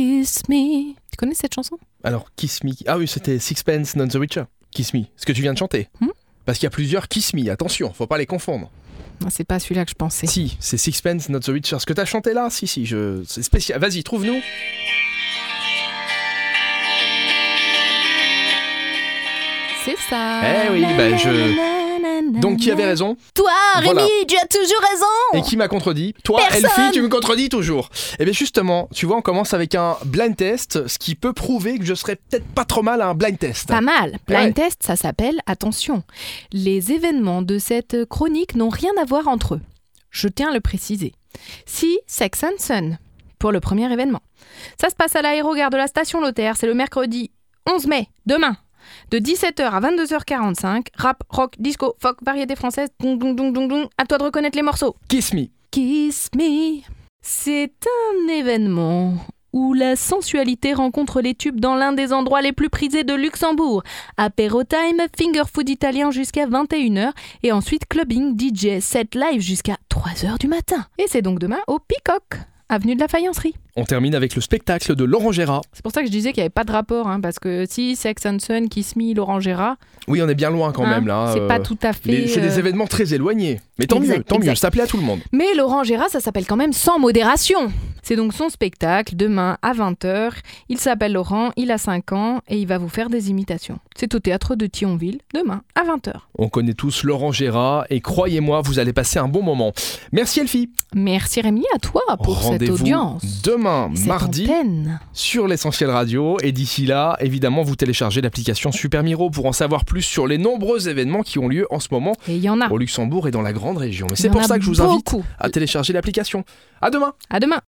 Kiss Me. Tu connais cette chanson Alors, Kiss Me. Ah oui, c'était Sixpence, Non The Witcher. Kiss Me, ce que tu viens de chanter. Hmm Parce qu'il y a plusieurs Kiss Me, attention, faut pas les confondre. Ah, C'est pas celui-là que je pensais. Si, c'est Sixpence, Not The Witcher. Ce que t'as chanté là, si, si, je... c'est spécial. Vas-y, trouve-nous. C'est ça. Eh oui, bah, je- je. Donc, qui avait raison Toi, Rémi, Voilà. tu as toujours Et raison. qui m'a contredit Toi, Personne Elfie, tu me contredis toujours. Et bien justement, tu vois, on commence avec un blind test, ce qui peut prouver que je serais peut-être pas trop mal à un blind test. Pas mal. Blind Ouais. test, ça s'appelle, attention, les événements de cette euh, chronique n'ont rien à voir entre eux. Je tiens à le préciser. Si Sex and Sun, pour le premier événement. Ça se passe à l'aérogare de la station Lothaire, c'est le mercredi 11 mai, demain. De 17h à 22h45, rap, rock, disco, folk, variété française, dong dong dong dong dong, à toi de reconnaître les morceaux. Kiss me. Kiss Me. C'est un événement où la sensualité rencontre les tubes dans l'un des endroits les plus prisés de Luxembourg. Apéro time, finger food italien jusqu'à 21h et ensuite clubbing, DJ, set live jusqu'à 3h du matin. Et c'est donc demain au Peacock, avenue de la Faïencerie. On termine avec le spectacle de Laurent Gérard. C'est pour ça que je disais qu'il n'y avait pas de rapport, hein, parce que si Sex and Sun, Kiss Me, Laurent Gérard, Oui, on est bien loin quand hein, même là. c'est euh, pas tout à fait... les- C'est des euh, événements très éloignés. Mais tant Exact, mieux, tant mieux, exact. ça plaît à tout le monde. Mais Laurent Gérard, ça s'appelle quand même Sans modération. C'est donc son spectacle demain à 20h. Il s'appelle Laurent, il a 5 ans et il va vous faire des imitations. C'est au théâtre de Thionville demain à 20h. On connaît tous Laurent Gérard et croyez-moi, vous allez passer un bon moment. Merci Elfie. Merci Rémi à toi pour cette Rendez-vous audience. demain, cette mardi, antenne. sur l'essentiel radio. Et d'ici là, évidemment, vous téléchargez l'application Super Miro pour en savoir plus sur les nombreux événements qui ont lieu en ce moment Et il y en a. au Luxembourg et dans la grande région. Mais Ah. Il y Oh, c'est en pour a ça que je vous invite beaucoup. à télécharger l'application. À demain. À demain.